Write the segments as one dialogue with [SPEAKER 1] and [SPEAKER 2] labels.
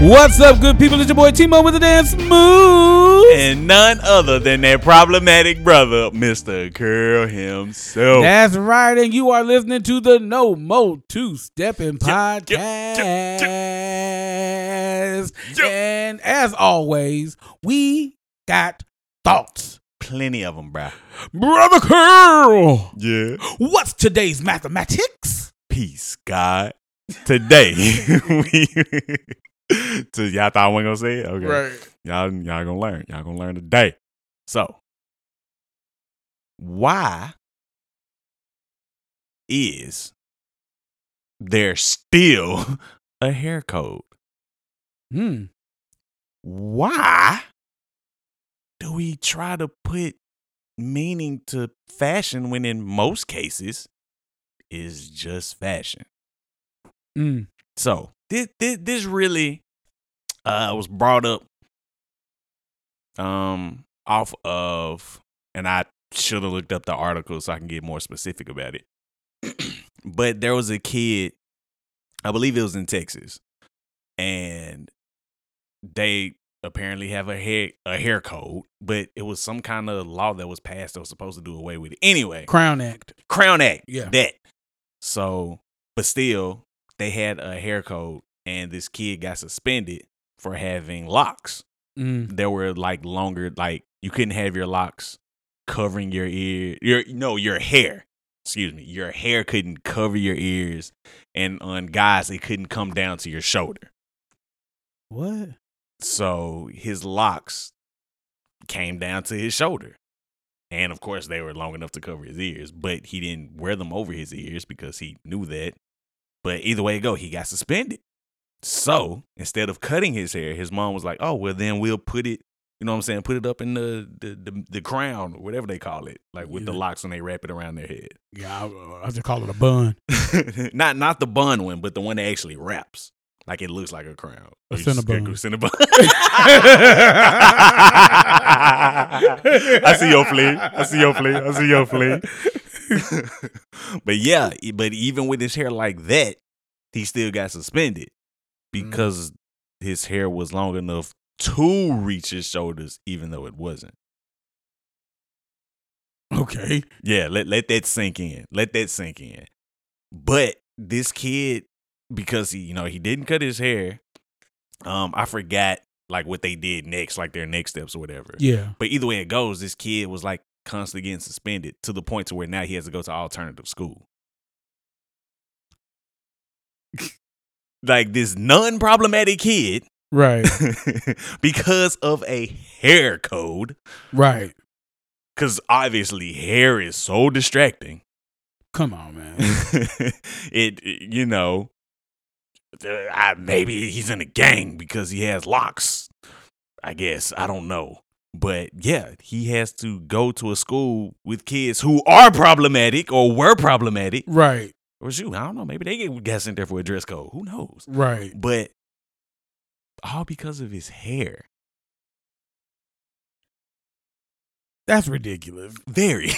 [SPEAKER 1] What's up, good people? It's your boy Timo with the dance move.
[SPEAKER 2] and none other than their problematic brother, Mr. Curl himself.
[SPEAKER 1] That's right, and you are listening to the No Mo Two Stepping
[SPEAKER 2] Yup, yup, yup, yup.
[SPEAKER 1] Podcast.
[SPEAKER 2] Yup.
[SPEAKER 1] And as always, we got thoughts.
[SPEAKER 2] Plenty of them, bro.
[SPEAKER 1] Brother Curl,
[SPEAKER 2] Yeah.
[SPEAKER 1] what's today's mathematics?
[SPEAKER 2] Peace, God. Today, we. so y'all thought I wasn't gonna say it? Okay. Y'all, y'all gonna learn. Y'all gonna learn today. So, why is there still a hair code?
[SPEAKER 1] Hmm.
[SPEAKER 2] why do we try to put meaning to fashion when in most cases it's just fashion
[SPEAKER 1] Mm.
[SPEAKER 2] so this this, this really uh was brought up um off of and I should have looked up the article so I can get more specific about it. but there was a kid, I believe it was in Texas, and they apparently have a hair a hair code, but it was some kind of law that was passed that was supposed to do away with it. Anyway,
[SPEAKER 1] Crown Act.
[SPEAKER 2] Crown Act.
[SPEAKER 1] Yeah.
[SPEAKER 2] That. So, but still, they had a hair code, and this kid got suspended for having locks.
[SPEAKER 1] Mm.
[SPEAKER 2] There were like longer, like you couldn't have your locks covering your ear. Your no, your hair. Excuse me, your hair couldn't cover your ears, and on guys, it couldn't come down to your shoulder.
[SPEAKER 1] What?
[SPEAKER 2] So his locks came down to his shoulder. And of course, they were long enough to cover his ears, but he didn't wear them over his ears because he knew that. But either way it go, he got suspended. So instead of cutting his hair, his mom was like, "Oh well, then we'll put it, you know what I'm saying? Put it up in the the the, the crown, or whatever they call it, like with the
[SPEAKER 1] Yeah.
[SPEAKER 2] locks when they wrap it around their head.
[SPEAKER 1] Yeah, I, I just call it a bun.
[SPEAKER 2] not not the bun one, but the one that actually wraps, like it looks like a crown.
[SPEAKER 1] A
[SPEAKER 2] Or you just-
[SPEAKER 1] Cinnabon.
[SPEAKER 2] Cinnabon. I see your flea. I see your flea. I see your flea. but yeah, e- but even with his hair like that, he still got suspended
[SPEAKER 1] Mm.
[SPEAKER 2] because his hair was long enough to reach his shoulders, even though it wasn't.
[SPEAKER 1] Okay.
[SPEAKER 2] Yeah, let let that sink in. Let that sink in. But this kid, because he, you know, he didn't cut his hair. Um, I forgot like what they did next, like their next steps or whatever.
[SPEAKER 1] Yeah.
[SPEAKER 2] But either way it goes, this kid was like constantly getting suspended to the point to where now he has to go to alternative school. like this non-problematic kid
[SPEAKER 1] Right.
[SPEAKER 2] because of a hair code.
[SPEAKER 1] right.
[SPEAKER 2] Cause obviously hair is so distracting.
[SPEAKER 1] Come on, man.
[SPEAKER 2] it, it- you know uh, I, maybe he's in a gang because he has locks i guess i don't know but yeah he has to go to a school with kids who are problematic or were problematic
[SPEAKER 1] right.
[SPEAKER 2] or shoot i don't know maybe they get got sent there for a dress code who knows
[SPEAKER 1] Right.
[SPEAKER 2] but all because of his hair
[SPEAKER 1] That's ridiculous.
[SPEAKER 2] very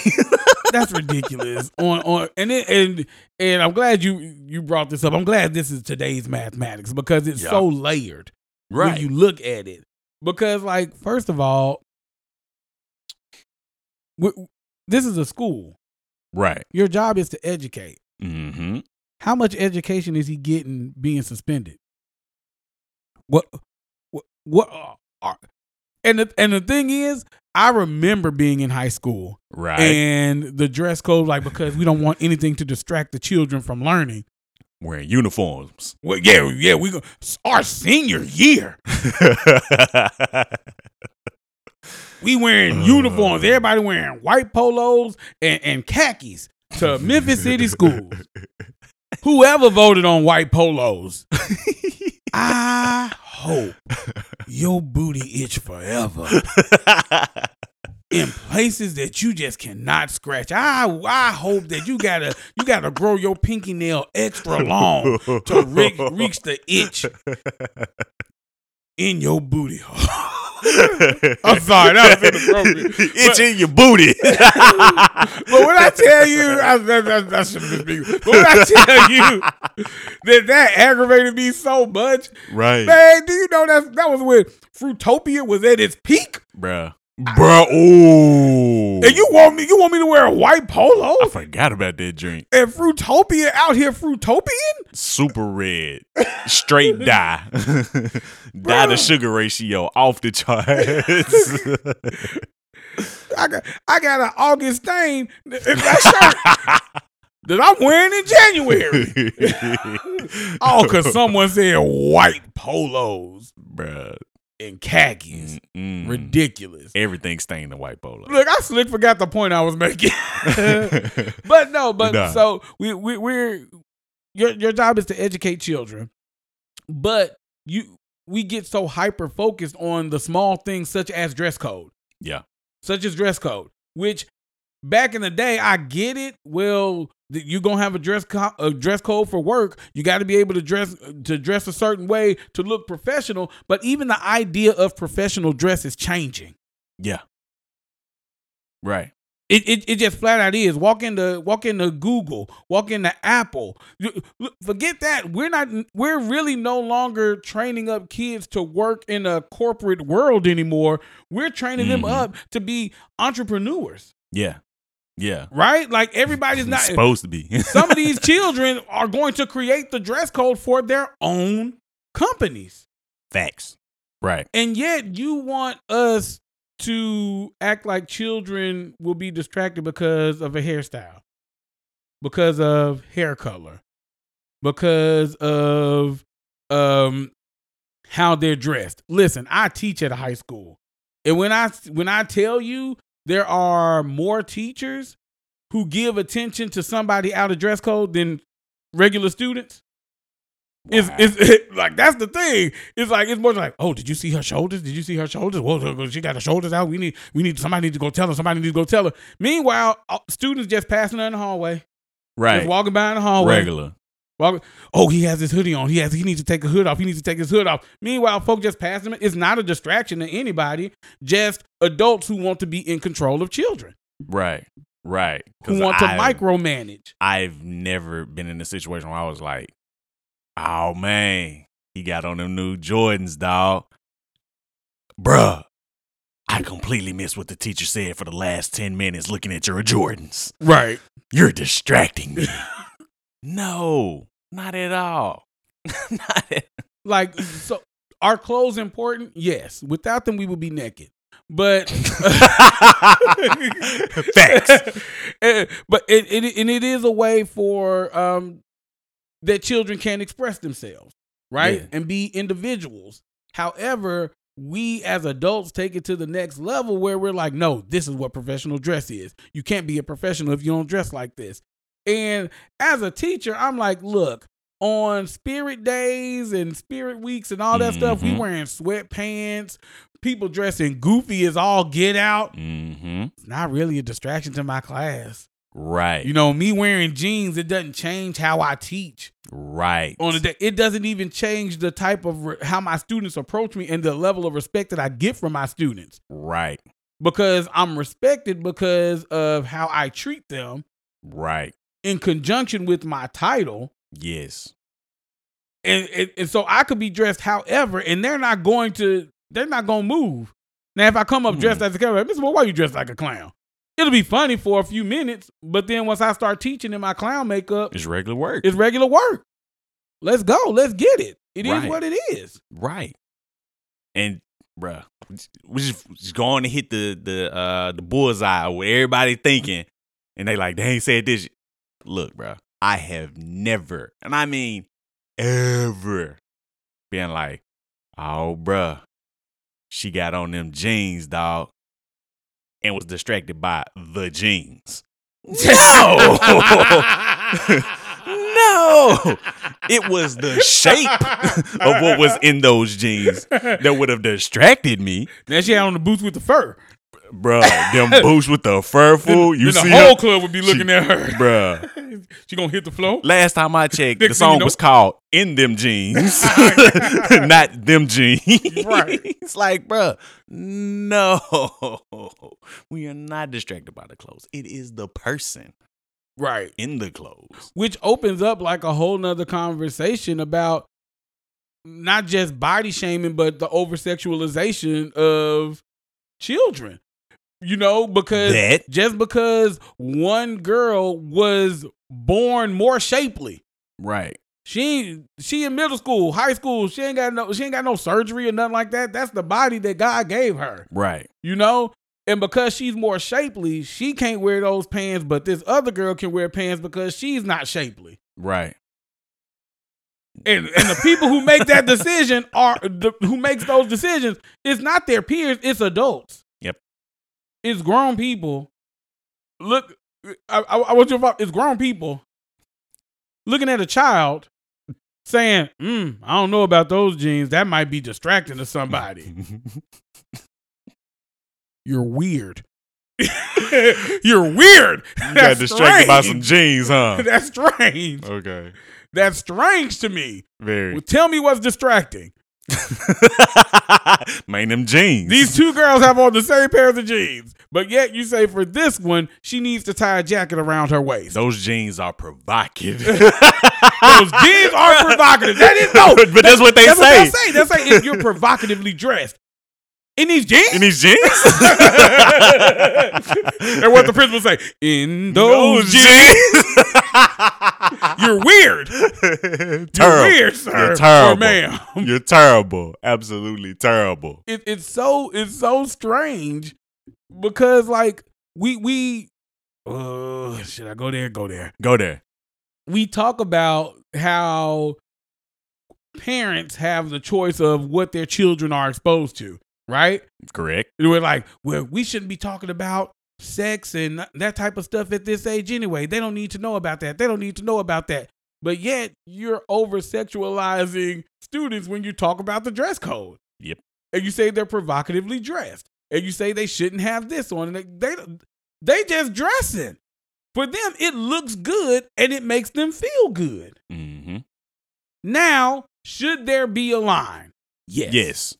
[SPEAKER 1] That's ridiculous. on on and it, and and I'm glad you you brought this up. I'm glad this is today's mathematics because it's
[SPEAKER 2] Yeah.
[SPEAKER 1] so layered when you look at it. Because like first of all, w- this is a school.
[SPEAKER 2] right
[SPEAKER 1] Your job is to educate.
[SPEAKER 2] mm-hmm
[SPEAKER 1] How much education is he getting being suspended? What what what are- are, and the, and the thing is, I remember being in high school
[SPEAKER 2] right
[SPEAKER 1] and the dress code, like because we don't want anything to distract the children from learning.
[SPEAKER 2] wearing uniforms
[SPEAKER 1] Well, yeah, yeah, we go our senior year. We wearing
[SPEAKER 2] Uh.
[SPEAKER 1] uniforms. Everybody wearing white polos and, and khakis to Memphis City schools. Whoever voted on white polos, I hope your booty itch forever in places that you just cannot scratch. I I hope that you gotta you gotta grow your pinky nail extra long to re- reach the itch in your booty hole. I'm sorry, that was inappropriate,
[SPEAKER 2] It's
[SPEAKER 1] but-
[SPEAKER 2] in your booty.
[SPEAKER 1] But when I tell you, I, that, that, that shouldn't just be. But when I tell you that that aggravated me so much,
[SPEAKER 2] right,
[SPEAKER 1] man, do you know that that was when Fruitopia was at its peak?
[SPEAKER 2] bruh, bruh. Ooh,
[SPEAKER 1] And you want me? You want me to wear a white polo?
[SPEAKER 2] I forgot about that drink.
[SPEAKER 1] And Fruitopia out here, Fruitopian?
[SPEAKER 2] Super red, straight dye, dye to
[SPEAKER 1] Bruh.
[SPEAKER 2] sugar ratio off the charts.
[SPEAKER 1] I got I got an Augustine th- that shirt that I'm wearing in January. Oh, cause someone said white polos
[SPEAKER 2] bruh,
[SPEAKER 1] and khakis.
[SPEAKER 2] Mm-mm.
[SPEAKER 1] Ridiculous.
[SPEAKER 2] everything stained the white polo.
[SPEAKER 1] Look, I slick forgot the point I was making. but no, but
[SPEAKER 2] Nah.
[SPEAKER 1] so we we we're your your job is to educate children, but you we get so hyper focused on the small things such as dress code.
[SPEAKER 2] Yeah.
[SPEAKER 1] Such as dress code, which back in the day I get it. Well, th- you gonna have a dress co- a dress code for work. You got to be able to dress to dress a certain way to look professional. But even the idea of professional dress is changing.
[SPEAKER 2] right.
[SPEAKER 1] It, it, it just flat out is walk into walk into Google, walk into Apple. You- look, Forget that we're not we're really no longer training up kids to work in a corporate world anymore. We're training them
[SPEAKER 2] Mhm.
[SPEAKER 1] up to be entrepreneurs,
[SPEAKER 2] Yeah. Yeah.
[SPEAKER 1] right? Like everybody's not.
[SPEAKER 2] supposed to be.
[SPEAKER 1] some of these children are going to create the dress code for their own companies,
[SPEAKER 2] Facts. Right.
[SPEAKER 1] and yet you want us to act like children will be distracted because of a hairstyle, because of hair color, because of um how they're dressed. Listen, I teach at a high school. And when I when I tell you there are more teachers who give attention to somebody out of dress code than regular students, it's,
[SPEAKER 2] Wow.
[SPEAKER 1] it's like that's the thing. It's like it's more like, oh, did you see her shoulders? Did you see her shoulders? Well, she got her shoulders out. We need we need somebody need to go tell her. Somebody need to go tell her. Meanwhile, uh, students just passing her in the hallway, just
[SPEAKER 2] right.
[SPEAKER 1] walking by in the hallway.
[SPEAKER 2] Regular.
[SPEAKER 1] Walk- oh, he has his hoodie on. He has. He needs to take a hood off. He needs to take his hood off. Meanwhile, folks just pass him. It's not a distraction to anybody. Just adults who want to be in control of children,
[SPEAKER 2] Right. Right.
[SPEAKER 1] who
[SPEAKER 2] 'Cause
[SPEAKER 1] want to
[SPEAKER 2] I-
[SPEAKER 1] micromanage.
[SPEAKER 2] I've never been in a situation where I was like, oh man, he got on them new Jordans, dog. Bruh, I completely missed what the teacher said for the last 10 minutes looking at your Jordans.
[SPEAKER 1] Right.
[SPEAKER 2] You're distracting me. no, not at all. not at
[SPEAKER 1] Like so, are clothes important? Yes. Without them, we would be naked. But
[SPEAKER 2] Facts.
[SPEAKER 1] Eh, but it, it and it is a way for um that children can express themselves, right?
[SPEAKER 2] Yeah.
[SPEAKER 1] And be individuals. However, we as adults take it to the next level where we're like, no, this is what professional dress is. You can't be a professional if you don't dress like this. And as a teacher, I'm like, look, on spirit days and spirit weeks and all that stuff, we
[SPEAKER 2] Mhm.
[SPEAKER 1] wearing sweatpants, people dressing goofy as all get out
[SPEAKER 2] Mm-hmm.
[SPEAKER 1] it's not really a distraction to my class.
[SPEAKER 2] Right.
[SPEAKER 1] You know, me wearing jeans, it doesn't change how I teach
[SPEAKER 2] right.
[SPEAKER 1] on a day. It doesn't even change the type of re- how my students approach me and the level of respect that I get from my students
[SPEAKER 2] right.
[SPEAKER 1] because I'm respected because of how I treat them
[SPEAKER 2] Right.
[SPEAKER 1] in conjunction with my title.
[SPEAKER 2] Yes.
[SPEAKER 1] And, and, and so I could be dressed however, and they're not going to, they're not going to move. Now, if I come up dressed as a clown, like, Mr. Moore, why you dressed like a clown? It'll be funny for a few minutes, but then once I start teaching in my clown makeup,
[SPEAKER 2] It's regular work.
[SPEAKER 1] It's regular work. Let's go. Let's get it. It is
[SPEAKER 2] Right.
[SPEAKER 1] what it is.
[SPEAKER 2] Right. And bruh, we just, just going to hit the the uh the bullseye with everybody thinking, and they like they ain't said this. Look, bruh, I have never, and I mean ever, been like, oh, bruh, she got on them jeans, dog, and was distracted by the jeans. No, no, it was the shape of what was in those jeans that would have distracted me.
[SPEAKER 1] Now she had on the boots with the fur.
[SPEAKER 2] Bruh, them boots with the fur fool.
[SPEAKER 1] Then-
[SPEAKER 2] You
[SPEAKER 1] then
[SPEAKER 2] see
[SPEAKER 1] the whole
[SPEAKER 2] her?
[SPEAKER 1] club would be looking at her.
[SPEAKER 2] Bruh.
[SPEAKER 1] she gonna hit the floor.
[SPEAKER 2] Last time I checked, the
[SPEAKER 1] Next thing you
[SPEAKER 2] song
[SPEAKER 1] know-
[SPEAKER 2] was called In Them Jeans. Not Them Jeans.
[SPEAKER 1] Right.
[SPEAKER 2] It's like, bruh, no. We are not distracted by the clothes. It is the person
[SPEAKER 1] Right.
[SPEAKER 2] in the clothes.
[SPEAKER 1] Which opens up like a whole nother conversation about not just body shaming, but the over sexualization of children. You know, because
[SPEAKER 2] That
[SPEAKER 1] just because one girl was born more shapely.
[SPEAKER 2] right.
[SPEAKER 1] She she in middle school, high school, she ain't got no she ain't got no surgery or nothing like that. That's the body that God gave her.
[SPEAKER 2] Right.
[SPEAKER 1] You know? And because she's more shapely, she can't wear those pants, but this other girl can wear pants because she's not shapely.
[SPEAKER 2] Right.
[SPEAKER 1] And and the people who make that decision are the, who makes those decisions, it's not their peers, it's adults.
[SPEAKER 2] Yep.
[SPEAKER 1] It's grown people. Look, I, I, I want your thought. It's grown people looking at a child saying, mm, I don't know about those jeans. That might be distracting to somebody. You're weird. You're weird.
[SPEAKER 2] You got
[SPEAKER 1] That's
[SPEAKER 2] distracted by some
[SPEAKER 1] strange.
[SPEAKER 2] jeans, huh?
[SPEAKER 1] That's strange.
[SPEAKER 2] Okay.
[SPEAKER 1] That's strange to me.
[SPEAKER 2] Very.
[SPEAKER 1] Well, tell me what's distracting.
[SPEAKER 2] Man, them jeans.
[SPEAKER 1] These two girls have on the same pairs of jeans, but yet you say for this one, she needs to tie a jacket around her waist.
[SPEAKER 2] Those jeans are provocative.
[SPEAKER 1] Those jeans are provocative. That is no,
[SPEAKER 2] But that's what they
[SPEAKER 1] that's
[SPEAKER 2] say.
[SPEAKER 1] What they say. That's like if you're provocatively dressed in these jeans.
[SPEAKER 2] In these jeans?
[SPEAKER 1] and what the principal say? In those, jeans,
[SPEAKER 2] jeans.
[SPEAKER 1] you're weird.
[SPEAKER 2] You're
[SPEAKER 1] You're
[SPEAKER 2] terrible.
[SPEAKER 1] weird, sir
[SPEAKER 2] You're terrible.
[SPEAKER 1] or ma'am.
[SPEAKER 2] You're terrible. Absolutely terrible.
[SPEAKER 1] it, it's so it's so strange because like we we uh, should I go there? Go there.
[SPEAKER 2] Go there.
[SPEAKER 1] We talk about how parents have the choice of what their children are exposed to, right?
[SPEAKER 2] Correct.
[SPEAKER 1] And we're like, well, we shouldn't be talking about sex and that type of stuff at this age anyway. They don't need to know about that. They don't need to know about that. But yet, you're over sexualizing students when you talk about the dress code.
[SPEAKER 2] Yep.
[SPEAKER 1] And you say they're provocatively dressed. And you say they shouldn't have this on. And they, they, they just dressing. For them, it looks good and it makes them feel good.
[SPEAKER 2] Mm-hmm.
[SPEAKER 1] Now, should there be a line? Yes.
[SPEAKER 2] Yes.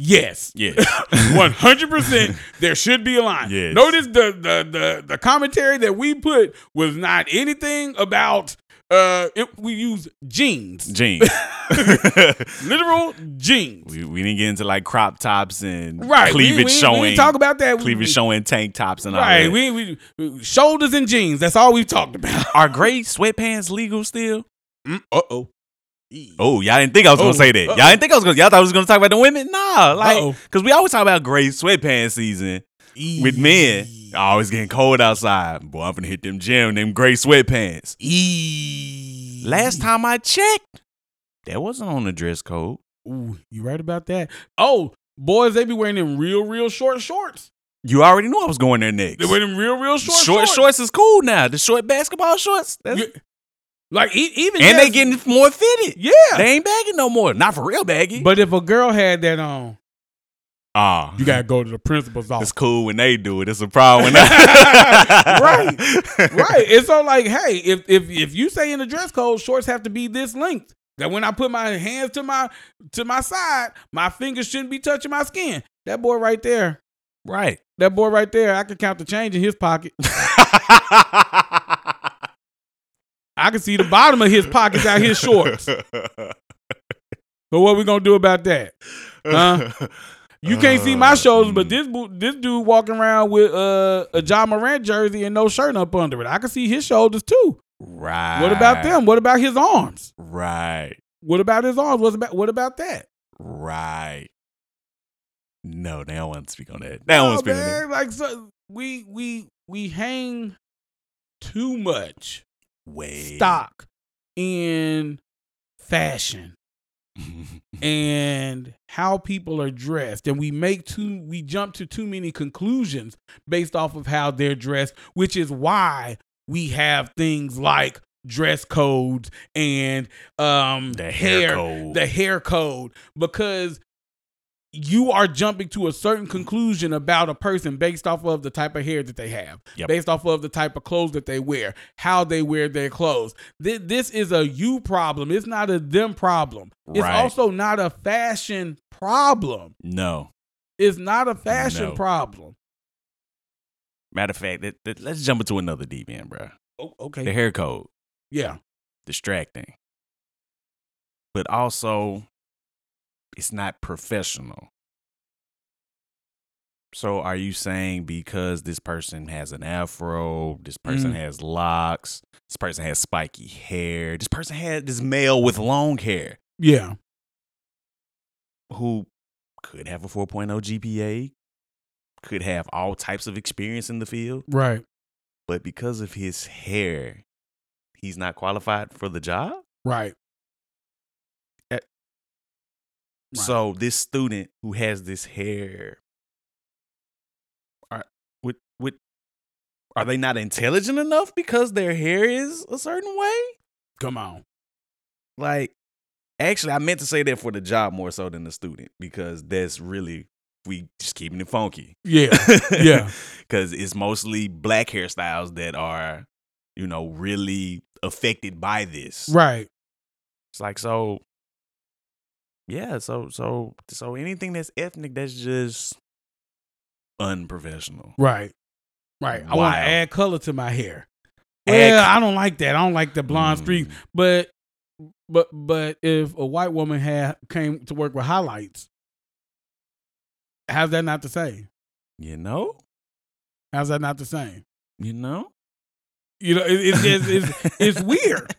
[SPEAKER 1] Yes.
[SPEAKER 2] Yes.
[SPEAKER 1] One hundred percent, there should be a line.
[SPEAKER 2] Yes.
[SPEAKER 1] Notice the, the the the commentary that we put was not anything about. Uh, it, we use jeans,
[SPEAKER 2] Jeans.
[SPEAKER 1] literal jeans.
[SPEAKER 2] we, we didn't get into like crop tops and
[SPEAKER 1] right, we-
[SPEAKER 2] cleavage
[SPEAKER 1] we, we,
[SPEAKER 2] showing.
[SPEAKER 1] didn't talk about that. We-
[SPEAKER 2] cleavage showing tank tops and all
[SPEAKER 1] Right,
[SPEAKER 2] that.
[SPEAKER 1] we, we, we shoulders and jeans. That's all we've talked about.
[SPEAKER 2] are gray sweatpants legal still?
[SPEAKER 1] Uh oh.
[SPEAKER 2] Mm, Oh, y'all didn't think I was
[SPEAKER 1] Oh,
[SPEAKER 2] gonna say that.
[SPEAKER 1] uh-oh.
[SPEAKER 2] Y'all didn't think I was gonna. Y'all thought I was gonna talk about the women. Nah, like
[SPEAKER 1] Uh-oh.
[SPEAKER 2] because we always talk about gray sweatpants season with men. Always getting cold outside. Boy, I'm finna hit them gym, them gray sweatpants. E. Last time I checked, that wasn't on the dress code.
[SPEAKER 1] Ooh, you right about that. Oh, boys, they be wearing them real, real short shorts.
[SPEAKER 2] You already knew I was going there next.
[SPEAKER 1] They wear them real, real short,
[SPEAKER 2] short, shorts. is cool now. The short basketball shorts, that's,
[SPEAKER 1] You- Like e- even
[SPEAKER 2] and they
[SPEAKER 1] just-
[SPEAKER 2] getting more fitted.
[SPEAKER 1] yeah.
[SPEAKER 2] They ain't bagging no more. Not for real baggy.
[SPEAKER 1] But if a girl had that on,
[SPEAKER 2] ah,
[SPEAKER 1] you gotta go to the principal's
[SPEAKER 2] It's
[SPEAKER 1] office.
[SPEAKER 2] cool when they do it. It's a problem when I
[SPEAKER 1] Right. right. And so like, hey, if if if you say in the dress code, shorts have to be this length. That when I put my hands to my to my side, my fingers shouldn't be touching my skin. That boy right there,
[SPEAKER 2] Right.
[SPEAKER 1] that boy right there, I can count the change in his pocket. I can see the bottom of his pockets out his shorts. But what we gonna do about that? Huh? You can't see my shoulders, but this bo- this dude walking around with uh, a John Morant jersey and no shirt up under it. I can see his shoulders too.
[SPEAKER 2] Right.
[SPEAKER 1] What about them? What about his arms?
[SPEAKER 2] Right.
[SPEAKER 1] What about his arms? What about what about that?
[SPEAKER 2] Right. No, they don't want to speak on that. They don't want to
[SPEAKER 1] No,
[SPEAKER 2] speak on that.
[SPEAKER 1] Oh, man, like so, we we we hang too much
[SPEAKER 2] Wait.
[SPEAKER 1] stock in fashion and how people are dressed and we make too we jump to too many conclusions based off of how they're dressed which is why we have things like dress codes and um
[SPEAKER 2] the hair code.
[SPEAKER 1] the hair code because you are jumping to a certain conclusion about a person based off of the type of hair that they have,
[SPEAKER 2] Yep.
[SPEAKER 1] based off of the type of clothes that they wear, how they wear their clothes. Th- This is a you problem. It's not a them problem. It's
[SPEAKER 2] Right.
[SPEAKER 1] also not a fashion problem.
[SPEAKER 2] No.
[SPEAKER 1] It's not a fashion
[SPEAKER 2] No.
[SPEAKER 1] problem.
[SPEAKER 2] Matter of fact, that, that- let's jump into another deep end, bro.
[SPEAKER 1] Oh,
[SPEAKER 2] The
[SPEAKER 1] okay.
[SPEAKER 2] hair code,
[SPEAKER 1] Yeah.
[SPEAKER 2] distracting, but also it's not professional. So, are you saying because this person has an afro, this person
[SPEAKER 1] Mm.
[SPEAKER 2] has locks, this person has spiky hair, this person had this male with long hair,
[SPEAKER 1] Yeah.
[SPEAKER 2] who could have a 4.0 GPA, could have all types of experience in the field,
[SPEAKER 1] Right.
[SPEAKER 2] but because of his hair, he's not qualified for the job.
[SPEAKER 1] Right.
[SPEAKER 2] Eh.
[SPEAKER 1] Right.
[SPEAKER 2] So this student who has this hair, are with with are they not intelligent enough because their hair is a certain way?
[SPEAKER 1] come on.
[SPEAKER 2] Like, actually, I meant to say that for the job more so than the student because that's really we just keeping it funky.
[SPEAKER 1] Yeah. Yeah.
[SPEAKER 2] Because it's mostly black hairstyles that are, you know, really affected by this.
[SPEAKER 1] right.
[SPEAKER 2] It's like, so, yeah, so, so, so anything that's ethnic, that's just unprofessional.
[SPEAKER 1] Right. Right. I want to
[SPEAKER 2] Wow.
[SPEAKER 1] add color to my hair.
[SPEAKER 2] Add
[SPEAKER 1] Well,
[SPEAKER 2] co-
[SPEAKER 1] I don't like that. I don't like the blonde
[SPEAKER 2] Mm,
[SPEAKER 1] streaks. But but but if a white woman had came to work with highlights, how's that not the same?
[SPEAKER 2] You know?
[SPEAKER 1] How's that not the same?
[SPEAKER 2] You know?
[SPEAKER 1] You know, it, it's just it's it's weird.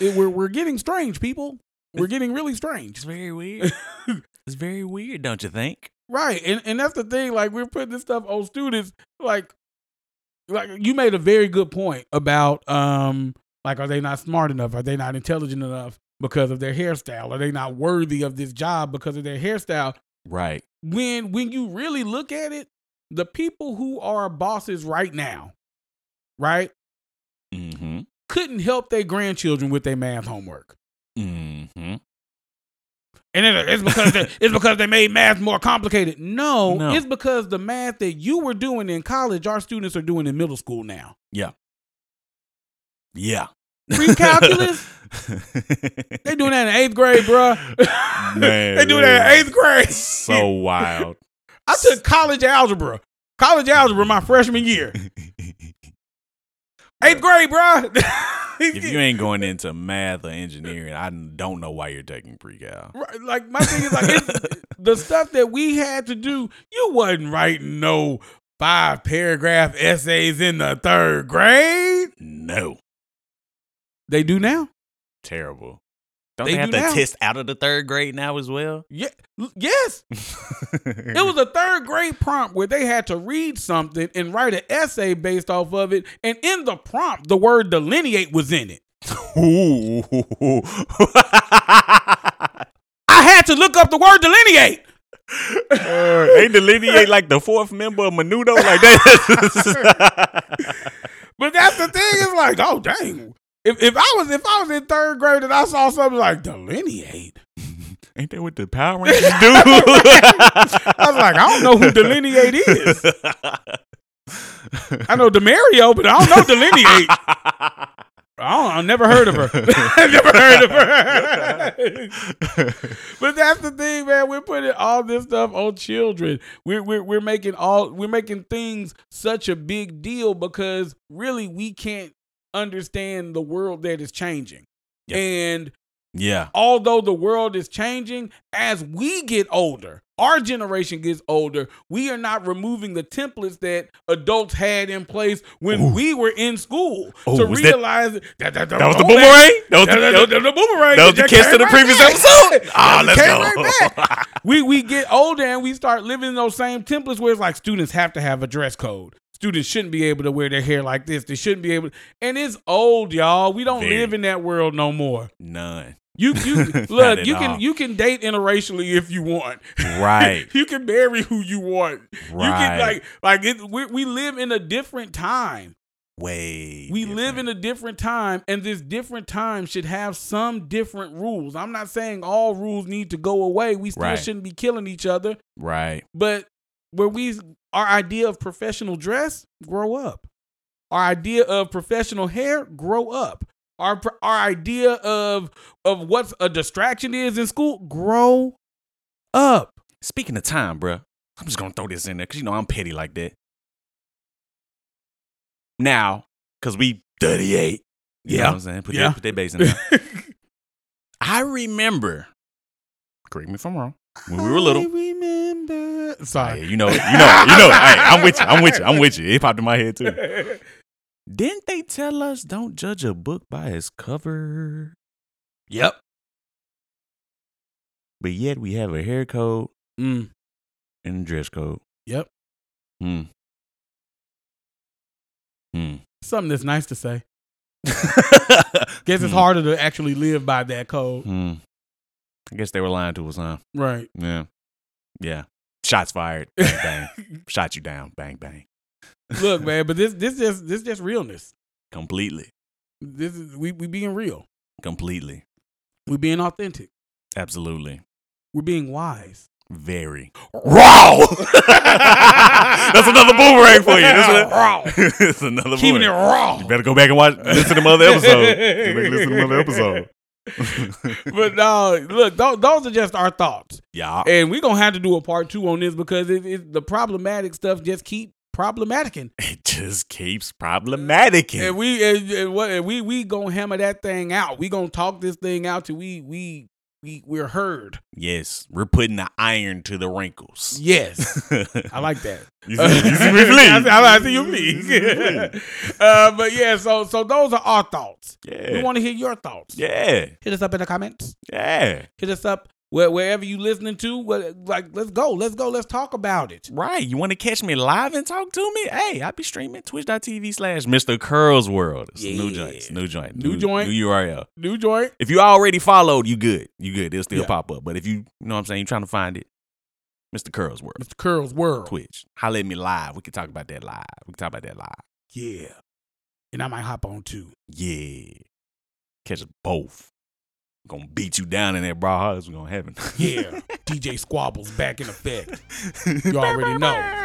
[SPEAKER 1] It- we're we're getting strange, people. We're getting really strange.
[SPEAKER 2] It's very weird. it's very weird, don't you think?
[SPEAKER 1] Right. And and that's the thing, like we're putting this stuff on students, like like you made a very good point about um like are they not smart enough? Are they not intelligent enough because of their hairstyle? Are they not worthy of this job because of their hairstyle?
[SPEAKER 2] Right.
[SPEAKER 1] When when you really look at it, the people who are bosses right now, right,
[SPEAKER 2] Mm
[SPEAKER 1] couldn't help their grandchildren with their math homework.
[SPEAKER 2] hmm. Mm hmm.
[SPEAKER 1] And it- it's because they, it's because they made math more complicated. No,
[SPEAKER 2] No.
[SPEAKER 1] it's because the math that you were doing in college, our students are doing in middle school now.
[SPEAKER 2] Yeah.
[SPEAKER 1] Pre-calculus? They doing that in eighth grade, bruh.
[SPEAKER 2] Man,
[SPEAKER 1] they doing that in eighth grade.
[SPEAKER 2] so wild.
[SPEAKER 1] I took college algebra, college algebra my freshman year, eighth grade, bruh.
[SPEAKER 2] if you ain't going into math or engineering, I don't know why you're taking pre-cal.
[SPEAKER 1] Right, like my thing is like it's, the stuff that we had to do. You wasn't writing no five paragraph essays in the third grade.
[SPEAKER 2] No,
[SPEAKER 1] They do now.
[SPEAKER 2] terrible. Don't
[SPEAKER 1] They
[SPEAKER 2] they, have
[SPEAKER 1] do
[SPEAKER 2] to
[SPEAKER 1] now.
[SPEAKER 2] test out of the third grade now as well?
[SPEAKER 1] Yeah. l- Yes. It was a third grade prompt where they had to read something and write an essay based off of it. And in the prompt, the word delineate was in it. I had to look up the word delineate.
[SPEAKER 2] they delineate like the fourth member of Menudo like that.
[SPEAKER 1] But that's the thing. It's like, oh dang. If, if I was if I was in third grade and I saw something like delineate,
[SPEAKER 2] Ain't that what the Power Rangers do? I
[SPEAKER 1] I was like, I don't know who delineate is. I know Demario, but I don't know delineate. I don't, I've never heard of her. I've never heard of her. But that's the thing, man. We're putting all this stuff on children. We're, we're we're making all we're making things such a big deal because really we can't understand the world that is changing.
[SPEAKER 2] Yep.
[SPEAKER 1] And
[SPEAKER 2] yeah.
[SPEAKER 1] although the world is changing, as we get older, our generation gets older, we are not removing the templates that adults had in place when
[SPEAKER 2] Ooh.
[SPEAKER 1] we were in school
[SPEAKER 2] Oh,
[SPEAKER 1] to
[SPEAKER 2] was that-
[SPEAKER 1] realize that, that, that,
[SPEAKER 2] That was the
[SPEAKER 1] oh,
[SPEAKER 2] boomerang? That was the,
[SPEAKER 1] that- that- that- the boomerang.
[SPEAKER 2] that was the
[SPEAKER 1] just
[SPEAKER 2] kiss to
[SPEAKER 1] came
[SPEAKER 2] the
[SPEAKER 1] right
[SPEAKER 2] previous
[SPEAKER 1] back.
[SPEAKER 2] episode? Ah,
[SPEAKER 1] It
[SPEAKER 2] let's
[SPEAKER 1] came
[SPEAKER 2] go.
[SPEAKER 1] right we we get older and we start living those same templates where it's like students have to have a dress code. Students shouldn't be able to wear their hair like this. They shouldn't be able. And it's old, y'all. We don't
[SPEAKER 2] Very.
[SPEAKER 1] live in that world no more.
[SPEAKER 2] None.
[SPEAKER 1] You you
[SPEAKER 2] Not
[SPEAKER 1] look.
[SPEAKER 2] at
[SPEAKER 1] You can
[SPEAKER 2] all.
[SPEAKER 1] you can date interracially if you want.
[SPEAKER 2] Right.
[SPEAKER 1] you can marry who you want.
[SPEAKER 2] Right.
[SPEAKER 1] You can like like it, we we live in a different time.
[SPEAKER 2] way.
[SPEAKER 1] We live in a different time, and this different time should have some different rules. I'm not saying all rules need to go away. We still
[SPEAKER 2] Right.
[SPEAKER 1] shouldn't be killing each other,
[SPEAKER 2] right.
[SPEAKER 1] but where we our idea of professional dress, grow up. Our idea of professional hair, grow up. Our pr- our idea of of what a distraction is in school, grow up.
[SPEAKER 2] Speaking of time, bruh, I'm just gonna throw this in there because you know I'm petty like that. Now, because we 38. You know
[SPEAKER 1] Yeah.
[SPEAKER 2] what I'm saying? Put,
[SPEAKER 1] Yeah.
[SPEAKER 2] that, put that bass in there. I remember, correct me if I'm wrong, when we were little.
[SPEAKER 1] I remember.
[SPEAKER 2] Oh, Yeah,
[SPEAKER 1] Sorry.
[SPEAKER 2] you know, it, you know, it, you know. it. Hey, I'm with you. I'm with you. I'm with you. It popped in my head too. Didn't they tell us don't judge a book by its cover?
[SPEAKER 1] yep.
[SPEAKER 2] But yet we have a hair code
[SPEAKER 1] Mm.
[SPEAKER 2] and a dress code.
[SPEAKER 1] Yep.
[SPEAKER 2] Hmm. Hmm.
[SPEAKER 1] Something that's nice to say. Guess
[SPEAKER 2] Guess
[SPEAKER 1] it's harder to actually live by that code.
[SPEAKER 2] Hmm. I guess they were lying to us, huh?
[SPEAKER 1] Right.
[SPEAKER 2] Yeah. Yeah. Shots fired. Bang bang. Shot you down. Bang bang.
[SPEAKER 1] Look, man, but this this just this just realness.
[SPEAKER 2] Completely.
[SPEAKER 1] This is we we being real.
[SPEAKER 2] Completely.
[SPEAKER 1] We being authentic.
[SPEAKER 2] Absolutely.
[SPEAKER 1] We're being wise.
[SPEAKER 2] Very. Raw. That's another boomerang for you. That's, a, that's another
[SPEAKER 1] Keeping it
[SPEAKER 2] boomerang.
[SPEAKER 1] raw.
[SPEAKER 2] You better go back and watch. Listen to my other episode. You better listen to my other episode.
[SPEAKER 1] but no, look, those, those are just our thoughts,
[SPEAKER 2] yeah.
[SPEAKER 1] and we're gonna have to do a part two on this because it, it, the problematic stuff just keep problematicing.
[SPEAKER 2] It just keeps problematic.
[SPEAKER 1] and we and, and what and we we gonna hammer that thing out. We gonna talk this thing out till we we we we're heard.
[SPEAKER 2] Yes, we're putting the iron to the wrinkles.
[SPEAKER 1] Yes, I like that.
[SPEAKER 2] You see, you see me
[SPEAKER 1] I,
[SPEAKER 2] bleed.
[SPEAKER 1] see- I see you
[SPEAKER 2] You see me
[SPEAKER 1] bleed.
[SPEAKER 2] bleed.
[SPEAKER 1] uh, but yeah, so so those are our thoughts. We
[SPEAKER 2] Yeah.
[SPEAKER 1] want to hear your thoughts.
[SPEAKER 2] yeah.
[SPEAKER 1] Hit us up in the comments.
[SPEAKER 2] Yeah.
[SPEAKER 1] Hit us up where, wherever you listening to. Where, like, let's go. Let's go. Let's talk about it.
[SPEAKER 2] Right. You want to catch me live and talk to me? Hey, I'll be streaming twitch.tv slash Mr. Curls World. It's a new
[SPEAKER 1] Yeah.
[SPEAKER 2] joint. New joint.
[SPEAKER 1] New joint.
[SPEAKER 2] New URL.
[SPEAKER 1] New joint.
[SPEAKER 2] If you already followed, you good. You good. It'll still
[SPEAKER 1] Yeah.
[SPEAKER 2] pop up. But if you, you know what I'm saying, you're trying to find it, Mr. Curls World.
[SPEAKER 1] Mr. Curl's World.
[SPEAKER 2] Twitch. Holla at me live. We can talk about that live. We can talk about that live.
[SPEAKER 1] Yeah. And I might hop on too.
[SPEAKER 2] Yeah. Catch us both. Gonna beat you down in that bra hugs. We're gonna heaven.
[SPEAKER 1] Yeah. DJ Squabbles back in effect. You already know.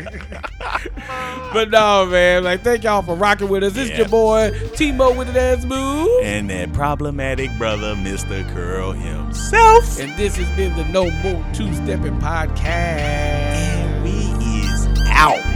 [SPEAKER 2] know.
[SPEAKER 1] But no, man. Like, thank y'all for rocking with us. This is
[SPEAKER 2] Yeah.
[SPEAKER 1] your boy Timo with an ass move,
[SPEAKER 2] and that problematic brother, Mr. Curl himself.
[SPEAKER 1] and this has been the No More Two Stepping podcast.
[SPEAKER 2] And we is out.